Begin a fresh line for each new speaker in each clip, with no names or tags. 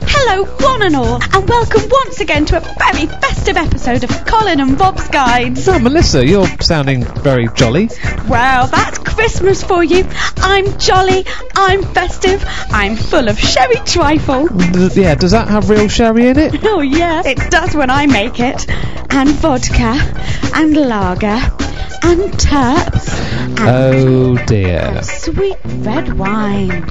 Hello, one and all, and welcome once again to a very festive episode of Colin and Bob's Guides.
Oh, Melissa, you're sounding very jolly.
Well, that's Christmas for you. I'm jolly, I'm festive, I'm full of sherry trifle.
D- yeah, does that have real sherry in it?
Oh, yeah, it does when I make it. And vodka, and lager, and turps, and
Oh dear.
sweet red wine.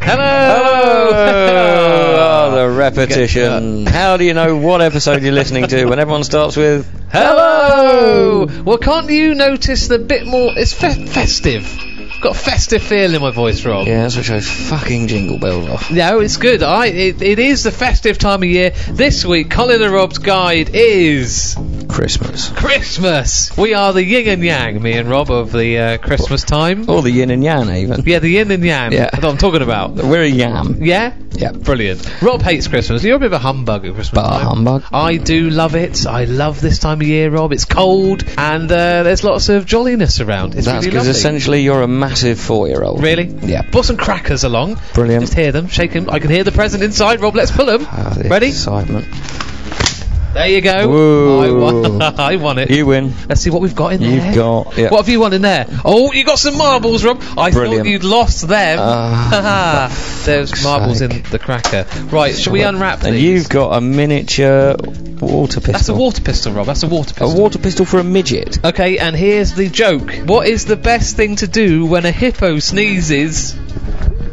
Hello! Hello! Oh, the repetition. How do you know what episode you're listening to when everyone starts with
Hello! Well, can't you notice the bit more? It's fe- festive. Got a festive feel in my voice, Rob.
Yeah, that's which I fucking jingle bells off.
No, it's good. I it, it is the festive time of year. This week, Colin and Rob's guide is
Christmas.
Christmas. We are the yin and yang, me and Rob, of the uh, Christmas time.
Or the yin and yang, even.
Yeah, the yin and yang.
Oh. Yeah.
That's what I'm talking about.
We're a yam.
Yeah?
Yeah.
Brilliant. Rob hates Christmas. You're a bit of a humbug at Christmas.
Bar
time.
humbug.
I do love it. I love this time of year, Rob. It's cold and uh, there's lots of jolliness around. It's
That's
really
because
lovely.
essentially you're a massive four year old.
Really?
Yeah.
Brought some crackers along.
Brilliant.
Just hear them, shake them. I can hear the present inside, Rob. Let's pull them.
Ah, the
Ready?
Excitement.
There you go.
Whoa.
I won. I won it.
You win.
Let's see what we've got in there.
You've got. Yeah.
What have you won in there? Oh, you got some marbles, Rob. I
Brilliant.
thought you'd lost them.
Ah,
There's marbles
sake.
in the cracker. Right, shall we unwrap
And
these?
you've got a miniature water pistol.
That's a water pistol, Rob. That's a water
A
pistol.
water pistol for a midget.
okay, and here's the joke. What is the best thing to do when a hippo sneezes?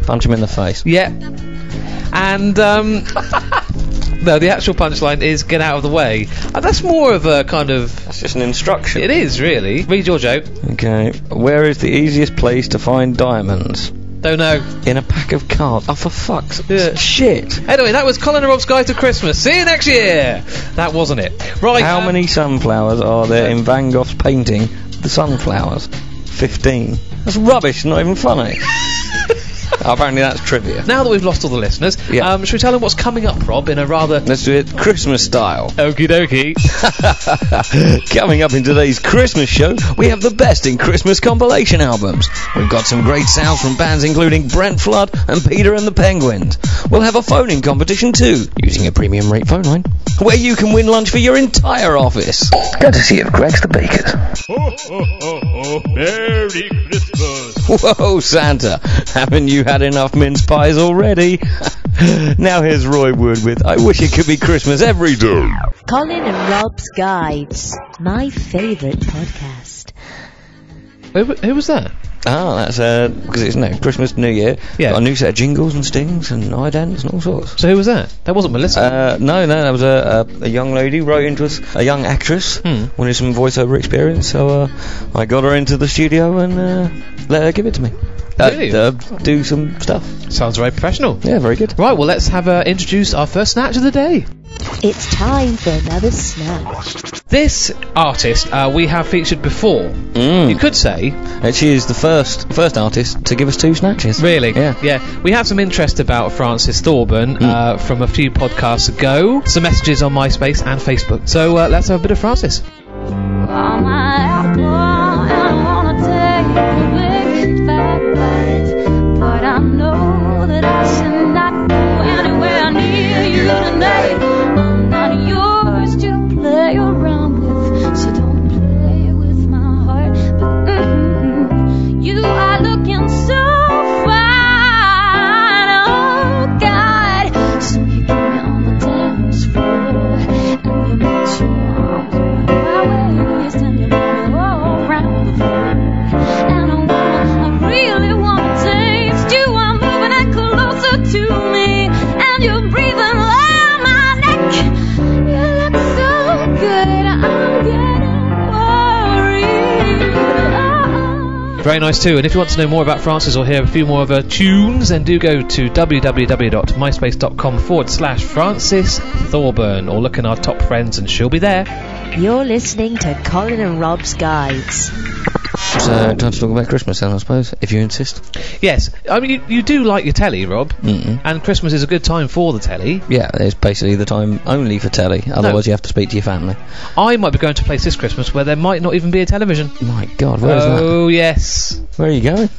Punch him in the face.
Yep. And um, no, the actual punchline is get out of the way. Uh, that's more of a kind of.
That's just an instruction.
It is really. Read your joke.
Okay, where is the easiest place to find diamonds?
Don't know.
In a pack of cards. Oh, for fuck's
Yeah.
shit!
Anyway, that was Colin and Rob's Guide to Christmas. See you next year. That wasn't it. Right.
How
um,
many sunflowers are there in Van Gogh's painting, The Sunflowers? Fifteen. That's rubbish, not even funny. Apparently, that's trivia.
Now that we've lost all the listeners,
Yeah.
um, should we tell them what's coming up, Rob, in a rather
Let's do it Christmas style.
okie dokie?
Coming up in today's Christmas show, we have the best in Christmas compilation albums. We've got some great sounds from bands including Brent Flood and Peter and the Penguins. We'll have a phone in competition too, using a premium rate phone line, where you can win lunch for your entire office. Courtesy of Greg's the Bakers.
Merry Christmas.
Whoa, Santa, haven't you had enough mince pies already? now here's Roy Wood with I Wish It Could Be Christmas Every Day.
Colin and Rob's Guides, my favourite podcast.
who, who was that?
Ah, that's uh, because it's no Christmas, New Year.
Yeah.
Got a new set of jingles and stings and idents and all sorts.
So who was that? That wasn't Melissa.
Uh, no, no, that was a, a, a young lady wrote into us, a young actress,
Hmm.
wanted some voiceover experience, so uh, I got her into the studio and uh, let her give it to me. Uh,
Really?
uh, do some stuff.
Sounds very professional.
Yeah, very good.
Right. Well, let's have uh, introduce our first snatch of the day.
It's time for another snack.
This artist uh, we have featured before. You
Mm.
could say,
And she is the first first artist to give us two snatches.
really,
Yeah.
yeah. We have some interest about Francis Thorburn uh, from a few podcasts ago. Some messages on MySpace and Facebook. So uh, let's have a bit of Francis. Very nice too. And if you want to know more about Frances or hear a few more of her tunes, then do go to www.myspace.com forward slash Francis Thorburn or look in our top friends and she'll be there.
You're listening to Colin and Rob's Guides.
So, time to talk about Christmas then, I suppose, if you insist.
Yes, I mean you, you do like your telly, Rob,
Mm-mm.
and Christmas is a good time for the telly.
Yeah, it's basically the time only for telly. Otherwise, you have to speak to your family.
I might be going to a place this Christmas where there might not even be a television.
My God, where is that?
oh yes,
Where are you going?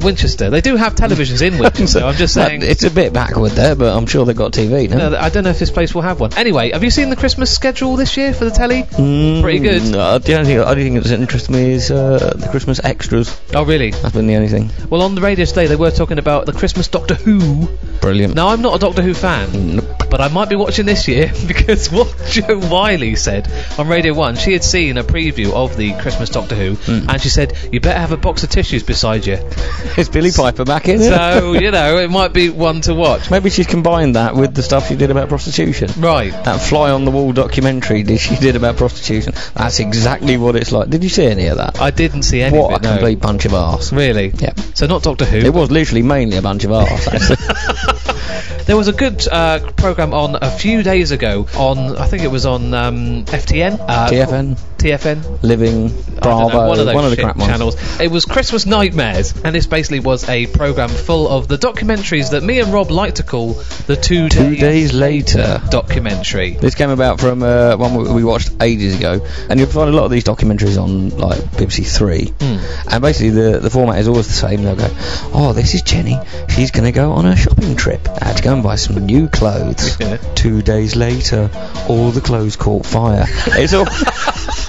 Winchester. They do have televisions in Winchester. I'm just
Well,
saying.
it's a bit backward there, but I'm sure they've got TV now.
No, th- I don't know if this place will have one. Anyway, have you seen the Christmas schedule this year for the telly? pretty good.
Mm, No, the only thing, the only thing that's interested me is uh, the Christmas extras.
Oh, really?
That's been the only thing.
Well, on the radio today, they were talking about the Christmas Doctor Who.
Brilliant.
Now, I'm not a Doctor Who fan,
Nope.
but I might be watching this year because what Joe Wiley said on Radio 1, she had seen a preview of the Christmas Doctor Who,
Hmm.
and she said, You better have a box of tissues beside you.
Is Billy Piper back in?
So, you know, it might be one to watch.
Maybe she's combined that with the stuff she did about prostitution.
Right.
That fly on the wall documentary that she did about prostitution. That's exactly what it's like. Did you see any of that?
I didn't see Uh, any
what a
of it. no.
complete bunch of arse.
Really?
Yeah.
So, not Doctor Who.
It was literally mainly a bunch of arse, actually.
There was a good uh, program on a few days ago on I think it was on um, FTN, uh,
TFN,
TFN,
Living,
I don't know,
Bravo,
one of those
the
shit
crap ones.
channels. It was Christmas Nightmares, and this basically was a program full of the documentaries that me and Rob like to call the two,
Two days later.
documentary.
This came about from uh, one we- we watched ages ago, and you'll find a lot of these documentaries on like BBC Three.
Hmm.
And basically, the the format is always the same. They'll go, "Oh, this is Jenny. She's going to go on a shopping trip. I had to go and buy some new clothes.
Yeah.
Two days later, all the clothes caught fire. It's all."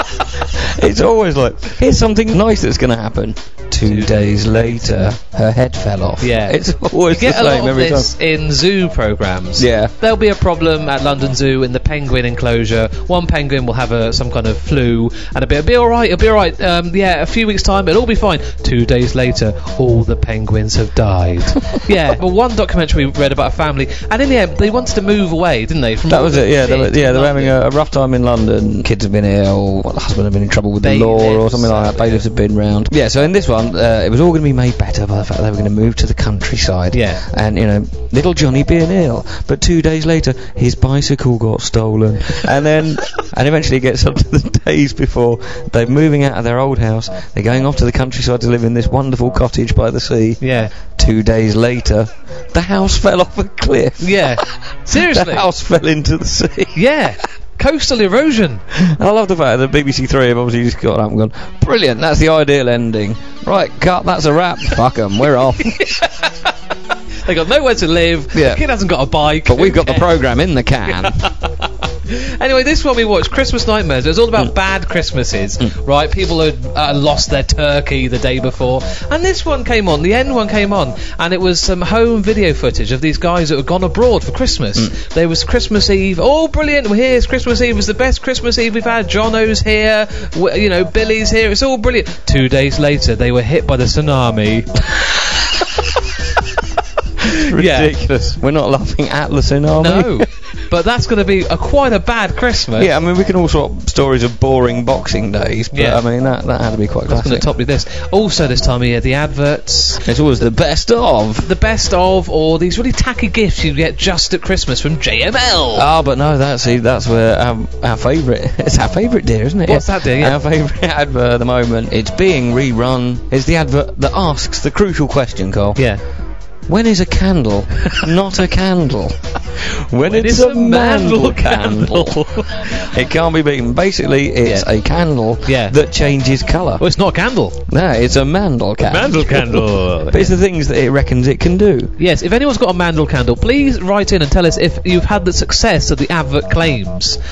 It's always like, here's something nice that's going to happen. Two days later, her head fell off.
Yeah.
It's always
Get
the
a lot
same
of
every
this
time.
in zoo programs.
Yeah.
There'll be a problem at London Zoo in the penguin enclosure. One penguin will have a, some kind of flu, and it'll be, it'll be all right. It'll be all right. Um, yeah, a few weeks time, it'll all be fine. Two days later, all the penguins have died. yeah, but one documentary we read about a family, and in the end, they wanted to move away, didn't they? From
That
all
was
the
it, yeah. They
shit
were, yeah,
in
they're having
London.
a, a rough time in London. Kids have been ill. Well, the husband have been in trouble with the law or
Bailiffs,
something like that.
yeah.
Bailiffs have been round. Yeah, so in this one, uh, it was all going to be made better by the fact they were going to move to the countryside.
Yeah.
And, you know, little Johnny being ill. But two days later, his bicycle got stolen. And then, and eventually it gets up to the days before they're moving out of their old house. They're going off to the countryside to live in this wonderful cottage by the sea.
Yeah.
Two days later, the house fell off a cliff.
Yeah.
The
Seriously.
house fell into the sea.
Yeah. Coastal erosion.
And I love the fact that BBC Three have obviously just got up and gone, brilliant, that's the ideal ending. Right, cut, that's a wrap. Fuck 'em, we're off.
They got nowhere to live.
Yeah.
The kid hasn't got a bike.
But
who
we've got the
cares?
programme in the can.
Anyway, this one we watched, Christmas Nightmares. It was all about bad Christmases, right? People had uh, lost their turkey the day before, and this one came on. The end one came on, and it was some home video footage of these guys that had gone abroad for Christmas. There was Christmas Eve. Oh, brilliant! We're here. It's Christmas Eve. It's the best Christmas Eve we've had. Jono's here. W- you know, Billy's here. It's all brilliant. Two days later, they were hit by the tsunami. Yeah.
Ridiculous. We're not laughing at the tsunami.
No, but that's going to be a quite a bad Christmas.
Yeah, I mean, we can all swap stories of boring boxing days, but
Yeah.
I mean, that, that had to be quite
It's going
classic.
to top you this. Also, this time of year, the adverts,
It's always the best of.
the best of, or these really tacky gifts you get just at Christmas from JML.
Oh, but no, that's see, that's where our, our favourite. It's our favourite dear, isn't it?
What's that dear? Yeah.
Our favourite advert at the moment. It's being rerun. It's the advert that asks the crucial question, Carl.
yeah.
When is a candle not a candle? When, it's, a, mandel candle. it can't be beaten. Basically, it's
Yeah.
a candle
Yeah.
that changes colour.
well, it's not a candle.
No, it's a mandel candle.
candle.
But it's the things that it reckons it can do.
yes, if anyone's got a mandel candle, please write in and tell us if you've had the success that the advert claims.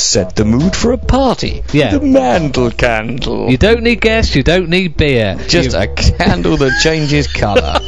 Set the mood for a party.
Yeah.
The mandel candle.
You don't need guests, you don't need beer.
Just
You-
a candle that changes colour.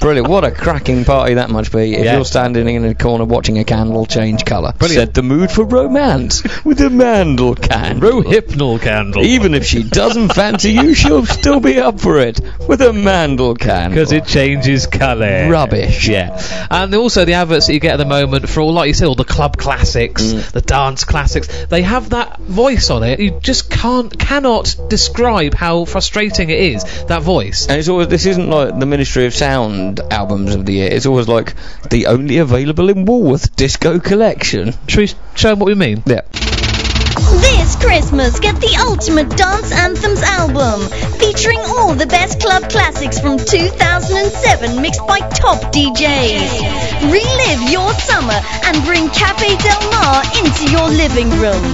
Brilliant. What a cracking party that must be if
Yeah.
you're standing in a corner watching a candle change colour.
Brilliant.
Set the mood for romance with a mandel candle.
Rohypnol candle.
Even if she doesn't fancy you, she'll still be up for it with a mandel candle.
Because it changes colour.
Rubbish.
Yeah. And also the adverts that you get at the moment for all, like you said, all the club classics,
Mm.
the dance classics, they have that voice on it. You just can't, cannot describe how frustrating it is, that voice.
And it's always this isn't like the Ministry of Sound albums of the year. It's always like the only available in Woolworth disco collection.
Should we show 'em what we mean?
Yeah.
This This Christmas, get the Ultimate Dance Anthems album, featuring all the best club classics from 2007 mixed by top DJs. Relive your summer and bring Cafe Del Mar into your living room.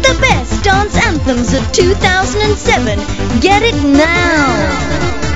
The best dance anthems of 2007. Get it now.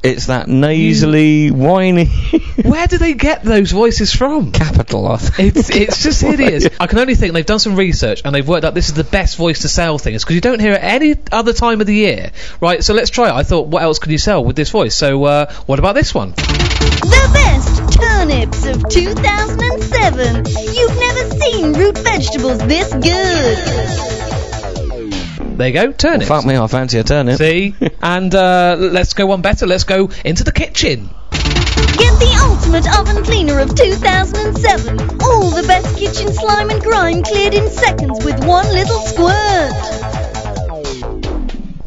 It's that nasally, whiny
Where do they get those voices from?
capital. I think.
It's it's just hideous. I can only think they've done some research and they've worked out this is the best voice to sell things because you don't hear it any other time of the year, right? So let's try it. I thought, what else could you sell with this voice? So uh, what about this one?
The best turnips of 2007. You've never seen root vegetables this good.
There you go, turnips.
Fuck me, I fancy a turnip.
See, and uh, let's go one better. Let's go into the kitchen.
Get the ultimate oven cleaner of 2007. All the best kitchen slime and grime cleared in seconds with one little squirt.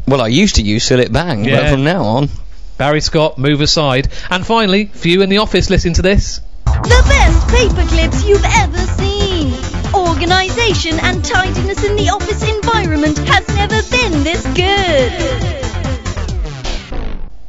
Well, I used to use Sillet Bang, but
Yeah.
from now on,
Barry Scott, move aside. And finally, for you in the office, listen to this.
The best paper clips you've ever seen. Organization and tidiness in the office environment has never been this good.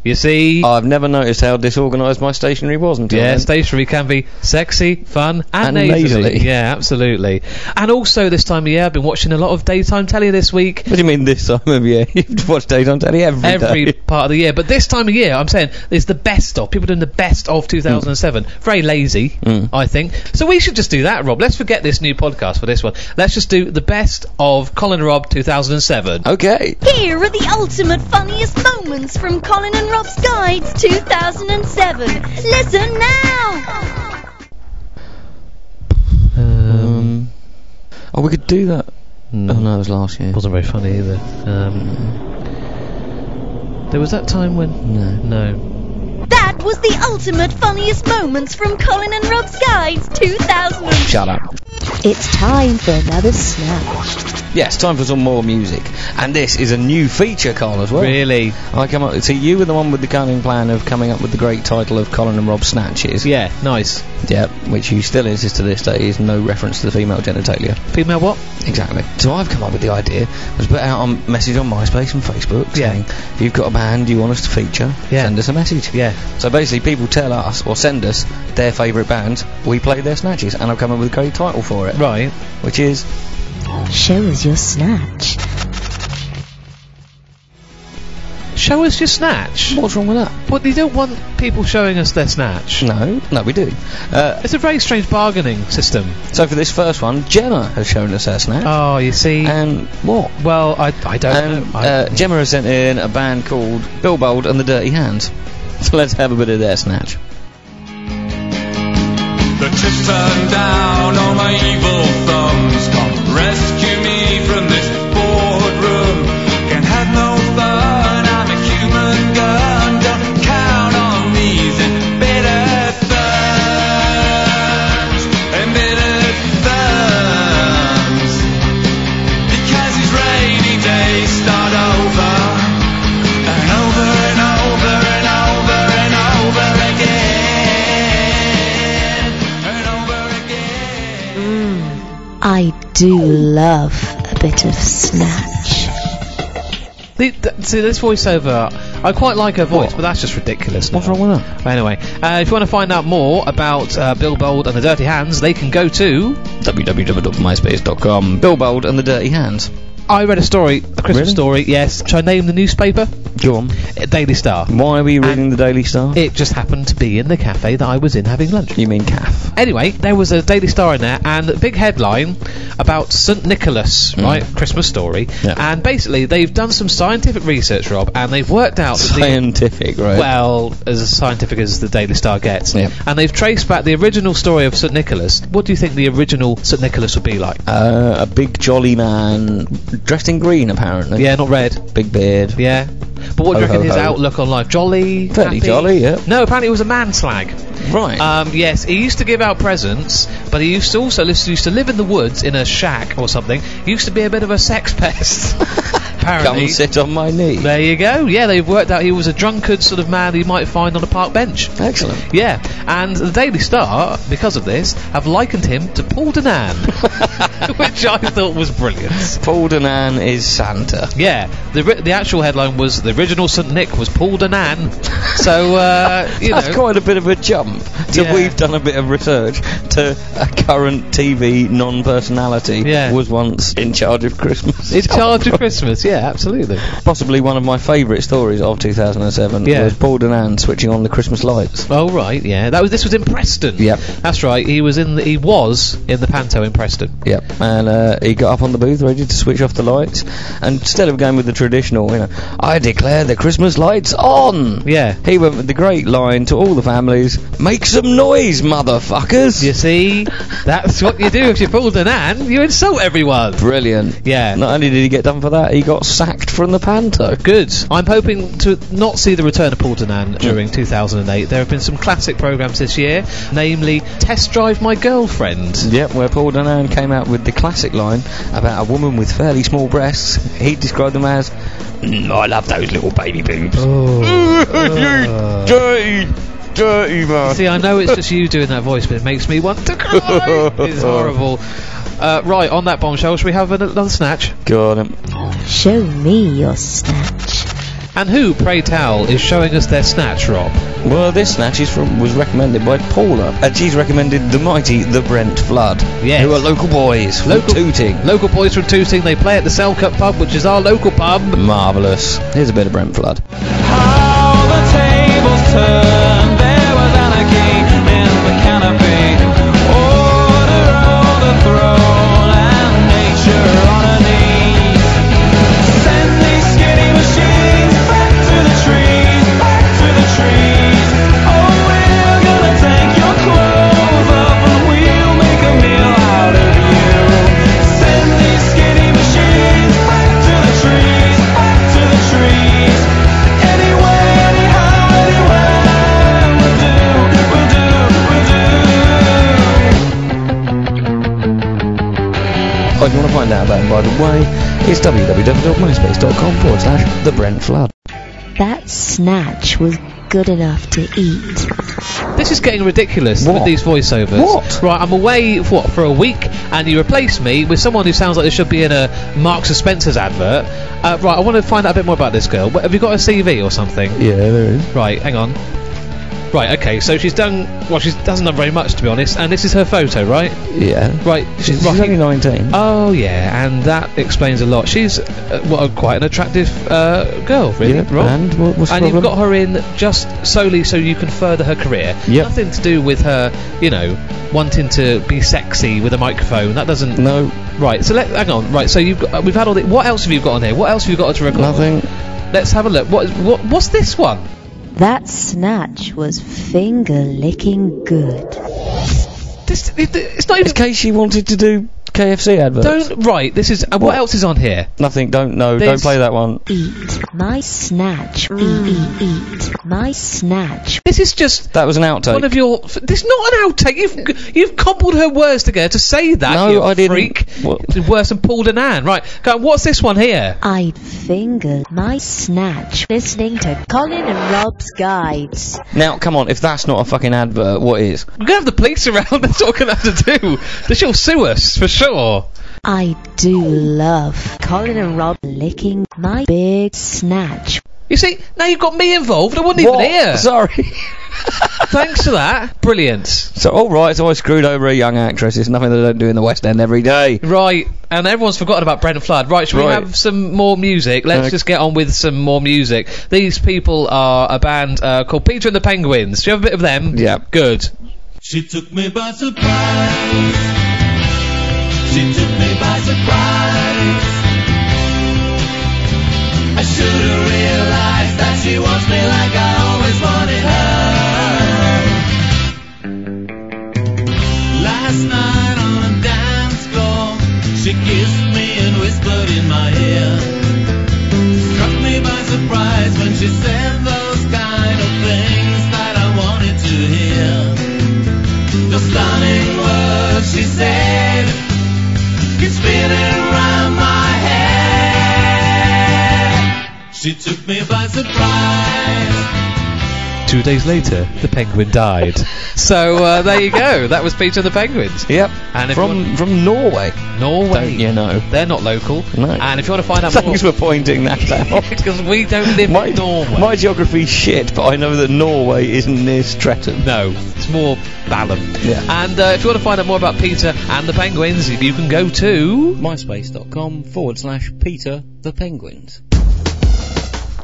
You see,
I've never noticed how disorganised my stationery was until
Uh, yeah,
then.
stationery can be sexy, fun, and,
And
nasally.
nasally.
Yeah, absolutely. And also, this time of year, I've been watching a lot of daytime telly this week.
what do you mean this time of year? You've watched Days on Telly every,
Every
day.
part of the year, but this time of year, I'm saying is the best of people doing the best of 2007. Very lazy, I think. So we should just do that, Rob. Let's forget this new podcast for this one. Let's just do the best of Colin and Rob 2007.
Okay.
Here are the ultimate funniest moments from Colin and Rob's Guides 2007. Listen now!
Um, oh, we could do that. Oh no, it was last year.
wasn't very funny either. Um, there was that time when
No.
no,
That was the ultimate funniest moments from Colin and Rob's Guides 2000.
Shut up.
It's time for another snack.
Yes, time for some more music. And this is a new feature, Carl, as well.
really,
I come up. See, you were the one with the cunning plan of coming up with the great title of Colin and Rob Snatches.
yeah, nice.
Yep, which you still insist to this day is no reference to the female genitalia.
Female what?
Exactly. So I've come up with the idea. I was put out on message on MySpace and Facebook
Yeah.
saying, if you've got a band you want us to feature,
Yeah.
send us a message.
Yeah.
So basically, people tell us or send us their favourite bands. We play their snatches, and I've come up with a great title for it,
Right.
which is
Show us your snatch.
Show us your snatch.
what's wrong with that?
But you don't want people showing us their snatch.
No, no, we do. Uh,
It's a very strange bargaining system.
so for this first one, Gemma has shown us her snatch.
Oh, you see.
and what?
well, I, I don't
Um,
know. I-
uh, Gemma has sent in a band called Bilbold and the Dirty Hands. So let's have a bit of their snatch.
The chips burn down on my evil thumbs. Come rescue me from this boardroom. Can have no fun. I'm a human gun. Don't count on these and bitter thumbs. And bitter thumbs. Because these rainy days start over. And over and over and over and over again. And over again.
I do love a bit of snatch.
The, th- see this voiceover. I quite like her voice,
What?
but that's just ridiculous.
What's
now.
wrong with that?
Anyway, uh, if you want to find out more about uh, Bill Bold and the Dirty Hands, they can go to.
www.myspace.com. Bilbold and the Dirty Hands.
I read a story, a Christmas
Really?
story. Yes. Should I name the newspaper?
Go on.
Uh, Daily Star.
Why are we reading the Daily Star?
It just happened to be in the cafe that I was in having lunch.
you mean calf?
Anyway, there was a Daily Star in there, and a big headline about St. Nicholas, right? Christmas story.
Hmm. Yeah.
And basically, they've done some scientific research, Rob, and they've worked out that the
Scientific, right?
well, as scientific as the Daily Star gets.
Yep.
And they've traced back the original story of St. Nicholas. What do you think the original St. Nicholas would be like?
Uh, a big jolly man dressed in green, apparently.
Yeah, not red.
Big beard.
Yeah. But what do
Ho,
you reckon
ho,
his
ho.
outlook on life? Jolly?
Fairly
happy?
jolly, yeah.
No, apparently it was a man slag.
Right.
Um, yes, he used to give out presents, but he used to also used to live in the woods in a shack or something. He used to be a bit of a sex pest. apparently.
Come sit on my knee.
There you go. Yeah, they've worked out he was a drunkard sort of man you might find on a park bench.
Excellent.
Yeah, and the Daily Star, because of this, have likened him to Paul Denan, which I thought was brilliant.
Paul Denan is Santa.
Yeah, the ri- the actual headline was the original Saint Nick was Paul Denan, so uh, you
That's
know.
quite a bit of a jump. So
Yeah.
we've done a bit of research to a current TV non-personality
Yeah.
was once in charge of Christmas.
In charge of Christmas, yeah, absolutely.
Possibly one of my favourite stories of 2007
Yeah.
was Paul Denan switching on the Christmas lights.
Oh right, yeah. That was this was in Preston.
Yep.
that's right. He was in the, he was in the panto in Preston.
Yep, and uh, he got up on the booth ready to switch off the lights, and instead of going with the traditional, you know, I declare the Christmas lights on.
Yeah.
He went with the great line to all the families: "Make some noise, motherfuckers!"
You see, that's what you do if you're Paul Denan. You insult everyone.
Brilliant.
Yeah.
Not only did he get done for that, he got sacked from the panto.
Good. I'm hoping to not see the return of Paul Denan during 2008. There have been some classic programs this year, namely Test Drive My Girlfriend.
Yep, where Paul Denan came out with the classic line about a woman with fairly small breasts. He described them as, "Mm, I love those little baby boobs. you dirty, dirty man.
See, I know it's just you doing that voice, but it makes me want to cry. It's horrible. Uh, right, on that bombshell, shall we have an- another snatch?
God, um,
Show me your snatch.
And who, pray tell, is showing us their snatch, Rob?
well, this snatch is from, was recommended by Paula, and she's recommended the mighty The Brent Flood,
Yes.
who are local boys from
Local-
Tooting.
Local boys from Tooting, they play at the Selcup pub, which is our local pub.
Marvellous. Here's a bit of Brent Flood.
How the tables turned, there was anarchy in the canopy. Order overthrown and nature on her knees. Send these skinny machines back to the trees, back to the trees. Oh, we're gonna take your clothes off and we'll make a meal out of you. Send these skinny machines back to the trees, back to the trees. Anywhere, anyhow, anywhere. We'll do, we'll do, we'll do.
Oh, if you want to find out about him, by the way, it's www.myspace.com forward slash The Brent Flood.
That snatch was good enough to eat.
This is getting ridiculous with
What?
these voiceovers.
What?
Right, I'm away for what for a week, and you replace me with someone who sounds like they should be in a Marks and Spencer's advert. Uh, right, I want to find out a bit more about this girl. Wh- Have you got a CV or something?
Yeah, there is.
Right, hang on. Right, okay. So she's done. Well, she hasn't done very much, to be honest. And this is her photo, right?
Yeah.
Right,
She's,
she's
she's only
rocking.
19.
Oh yeah, and that explains a lot. She's uh, well, quite an attractive uh, girl, really.
Yeah,
Rob.
and what- what's the
And you've
problem?
got her in just solely so you can further her career.
Yep.
Nothing to do with her, you know, wanting to be sexy with a microphone. That doesn't.
No,
Right. So let hang on. Right. So you've got, uh, we've had all the. What else have you got on here? What else have you got to record?
nothing.
Let's have a look. What, what what's this one?
That snatch was finger licking good.
This it, it's not even.
In case she wanted to do KFC adverts.
Don't right. This is. And what else is on here?
Nothing, don't, no,
There's-
don't play that one.
Eat my snatch. Eat, eat, eat my snatch.
This is just
That was an outtake.
one of your. f- This is not an outtake. You've you've cobbled her words together to say that.
No,
you
I didn't.
Freak.
What?
It's worse than Paul Denan. Right. Go on, what's this one here?
I'd finger my snatch. Listening to Colin and Rob's guides.
now, come on, if that's not a fucking advert, what is?
We're gonna have the police around. That's what we're gonna have to do. They shall sue us for sure.
I do love Colin and Rob licking my big snatch.
You see, now you've got me involved. I wasn't
What?
even here.
Sorry.
Thanks for that. Brilliant.
so, alright, so I screwed over a young actress. It's nothing they don't do in the West End every day.
Right, and everyone's forgotten about Brent Flood. Right, shall we
Right. Uh,
have some more music? Let's
Okay.
just get on with some more music. These people are a band uh, called Peter and the Penguins. Do you have a bit of them?
Yeah.
Good.
She took me by surprise. She took me by surprise. I should have realized that she wants me like I always wanted her. Last night on the dance floor, she kissed me and whispered in my ear struck me by surprise when she said those kind of things that I wanted to hear. The stunning words she said keep spinning round my head. She took me by surprise.
Two days later, the penguin died. so uh, there you go. That was Peter the Penguins.
Yep.
And if you
from from Norway.
Norway.
Don't you know?
They're not local.
No.
And if you want to find out
Thanks
more,
for pointing that out.
because we don't live
my,
in Norway.
my geography's shit, but I know that Norway isn't near Streatham.
no, it's more Balham.
Yeah.
And uh, if you want to find out more about Peter and the Penguins, you can go to.
Myspace.com forward slash Peter the Penguins.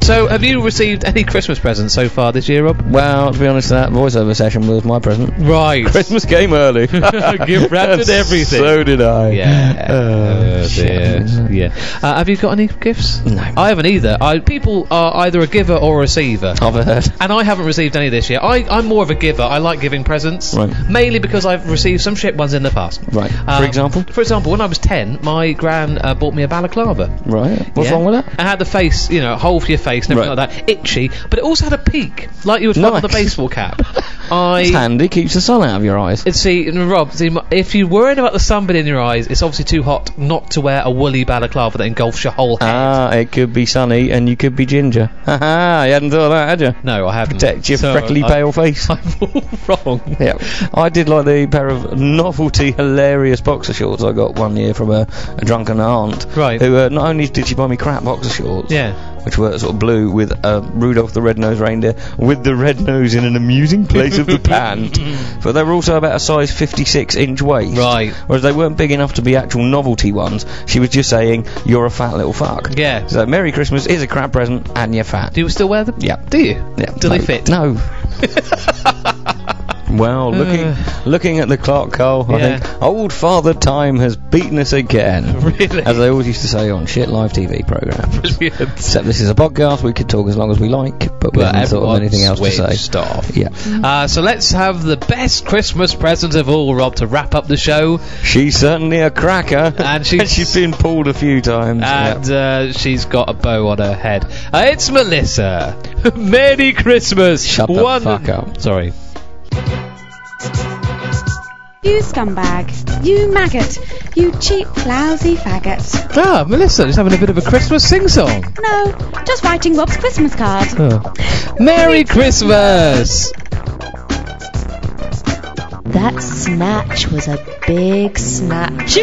So, have you received any Christmas presents so far this year, Rob?
Well, to be honest, that voiceover session was my present.
Right.
Christmas came early.
Give wrapped
And
everything.
So did I.
Yeah.
Oh,
Oh, dear.
shit.
Yeah. Uh, have you got any gifts?
No.
I haven't either. I, people are either a giver or a receiver.
I've heard.
And I haven't received any this year. I, I'm more of a giver. I like giving presents.
Right.
Mainly because I've received some shit ones in the past.
Right.
Um,
For example?
For example, when I was 10, my gran uh, bought me a balaclava.
Right. What's
Yeah?
wrong with that?
It had the face, you know, a hole for your face and everything
Right.
like that. Itchy. But it also had a peak, like you would find on the
Nice.
baseball cap.
It's
I...
handy, keeps the sun out of your eyes.
And see, and Rob, see, m- if you're worried about the sunburn in your eyes, it's obviously too hot not to wear a woolly balaclava that engulfs your whole head.
Ah, it could be sunny and you could be ginger. Ha ha, you hadn't thought of that, had you?
no, I haven't.
Protect your
So,
freckly
I-
pale face.
I'm all wrong.
Yeah, I did like the pair of novelty, hilarious boxer shorts I got one year from a, a drunken aunt.
Right.
Who uh, not only did she buy me crap boxer shorts,
Yeah.
which were sort of blue with uh, Rudolph the Red-Nosed Reindeer with the red nose in an amusing place of the pant, but they were also about a size 56 inch waist.
Right.
Whereas they weren't big enough to be actual novelty ones. She was just saying, "You're a fat little fuck."
Yeah.
So Merry Christmas is a crap present and you're fat.
Do you still wear them?
Yeah.
Do you?
Yeah.
Do they
no-
fit?
No. well, looking looking at the clock, Cole, I
Uh. Yeah.
think old father time has beaten us again.
Really?
As they always used to say on shit live TV programs.
Brilliant.
Except this is a podcast, we could talk as long as we like, but we
But
haven't thought of
everyone
anything else to say.
switched off.
Yeah.
Uh, so let's have the best Christmas present of all, Rob, to wrap up the show.
She's certainly a cracker.
And she's-
she's been pulled a few times.
And uh, she's got a bow on her head. Uh, it's Melissa. Merry Christmas.
Shut the
One-
fuck up.
Sorry.
You scumbag. You maggot. You cheap, lousy faggot.
Ah, Melissa, just having a bit of a Christmas sing-song.
No, just writing Rob's Christmas card.
Merry Christmas.
That snatch was a big snatch.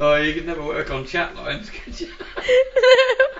Oh, you could never work on chat lines, could you?